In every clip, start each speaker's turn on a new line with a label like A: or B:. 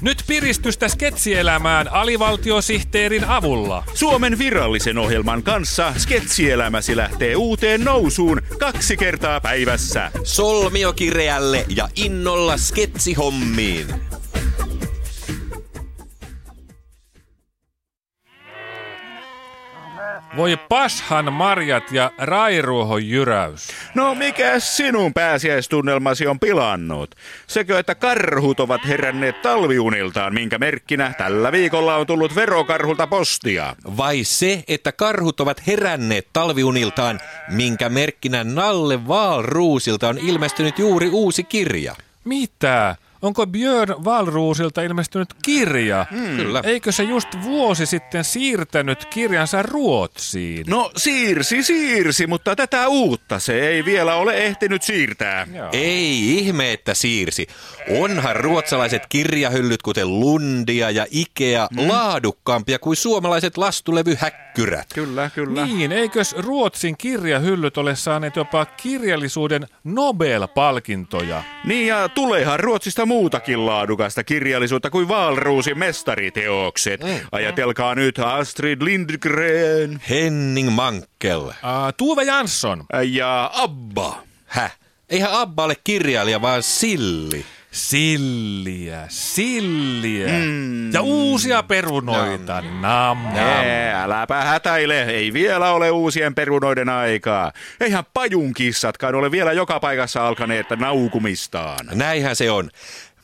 A: Nyt piristystä sketsielämään alivaltiosihteerin avulla.
B: Suomen virallisen ohjelman kanssa sketsielämäsi lähtee uuteen nousuun kaksi kertaa päivässä.
C: Solmiokireälle ja innolla sketsihommiin.
A: Voi pashan marjat ja rairuohon jyräys.
B: No mikä sinun pääsiäistunnelmasi on pilannut? Sekö, että karhut ovat heränneet talviuniltaan, minkä merkkinä tällä viikolla on tullut verokarhulta postia?
C: Vai se, että karhut ovat heränneet talviuniltaan, minkä merkkinä Nalle Valruusilta on ilmestynyt juuri uusi kirja?
A: Mitä? Onko Björn Valruusilta ilmestynyt kirja?
C: Kyllä.
A: Eikö se just vuosi sitten siirtänyt kirjansa Ruotsiin?
B: No siirsi, siirsi, mutta tätä uutta se ei vielä ole ehtinyt siirtää.
C: Ei ihme, että siirsi. Onhan ruotsalaiset kirjahyllyt, kuten Lundia ja Ikea, laadukkaampia kuin suomalaiset lastulevyhäkkyrät.
B: Kyllä, kyllä.
A: Niin, eikös Ruotsin kirjahyllyt ole saaneet jopa kirjallisuuden Nobel-palkintoja?
B: Niin ja tuleehan Ruotsista muutakin laadukasta kirjallisuutta kuin Valruusin mestariteokset.
C: Niin.
B: Ajatelkaa nyt Astrid Lindgren
C: Henning Mankel.
A: Äh, Tuve Jansson.
B: ja Abba.
C: Häh? Eihän Abba ole kirjailija, vaan silli.
A: Silliä, silliä. Mm. Ja uusia perunoita. Nam. nam.
B: Ee, äläpä hätäile, ei vielä ole uusien perunoiden aikaa. Eihän pajun kissatkaan ole vielä joka paikassa alkaneet naukumistaan.
C: Näinhän se on.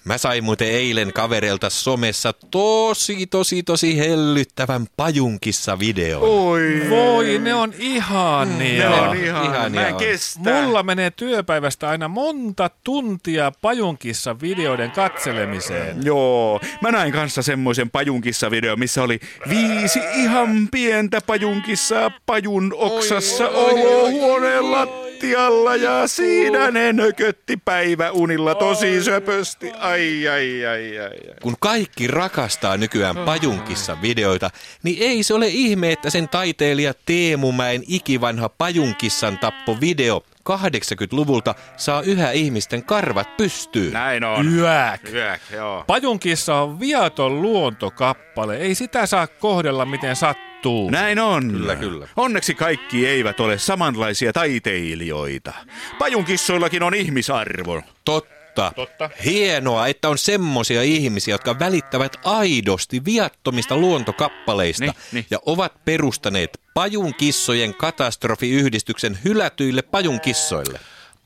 C: Mä sain muuten eilen kavereilta somessa tosi, tosi, tosi hellyttävän pajunkissa videon.
B: Oh. Oi,
A: Voi, ne on ihania.
B: ne on
C: ihania
B: ihan, mä en
C: on.
B: kestä.
A: Mulla menee työpäivästä aina monta tuntia pajunkissa videoiden katselemiseen.
B: Joo, mä näin kanssa semmoisen pajunkissa video, missä oli viisi ihan pientä pajunkissaa pajun oksassa olohuoneen lattialla ja siinä ne nökötti päiväunilla tosi söpösti. Ai, ai, ai, ai, ai.
C: Kun kaikki rakastaa nykyään pajunkissa videoita, niin ei se ole ihme, että sen taiteilija Teemumäen ikivanha pajunkissan tappovideo 80-luvulta saa yhä ihmisten karvat pystyyn.
B: Näin on.
A: Yäk.
B: Yök, joo.
A: Pajunkissa on viaton luontokappale. Ei sitä saa kohdella miten sattuu.
B: Näin on.
C: Kyllä, kyllä.
B: Onneksi kaikki eivät ole samanlaisia taiteilijoita. Pajunkissoillakin on ihmisarvo.
C: Totta. Totta. Hienoa, että on semmoisia ihmisiä, jotka välittävät aidosti viattomista luontokappaleista
B: Niin, niin.
C: ja ovat perustaneet pajunkissojen katastrofiyhdistyksen hylätyille pajunkissoille.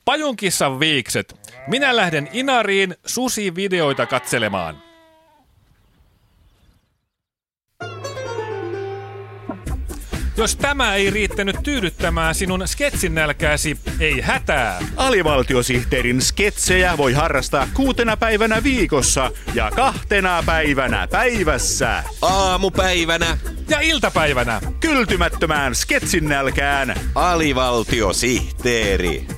A: Pajunkissan viikset. Minä lähden Inariin susivideoita katselemaan. Jos tämä ei riittänyt tyydyttämään sinun sketsinälkääsi, ei hätää.
B: Alivaltiosihteerin sketsejä voi harrastaa kuutena päivänä viikossa ja kahtena päivänä päivässä.
C: Aamupäivänä
A: Ja iltapäivänä
B: Kyltymättömään sketsin nälkään.
C: alivaltiosihteeri.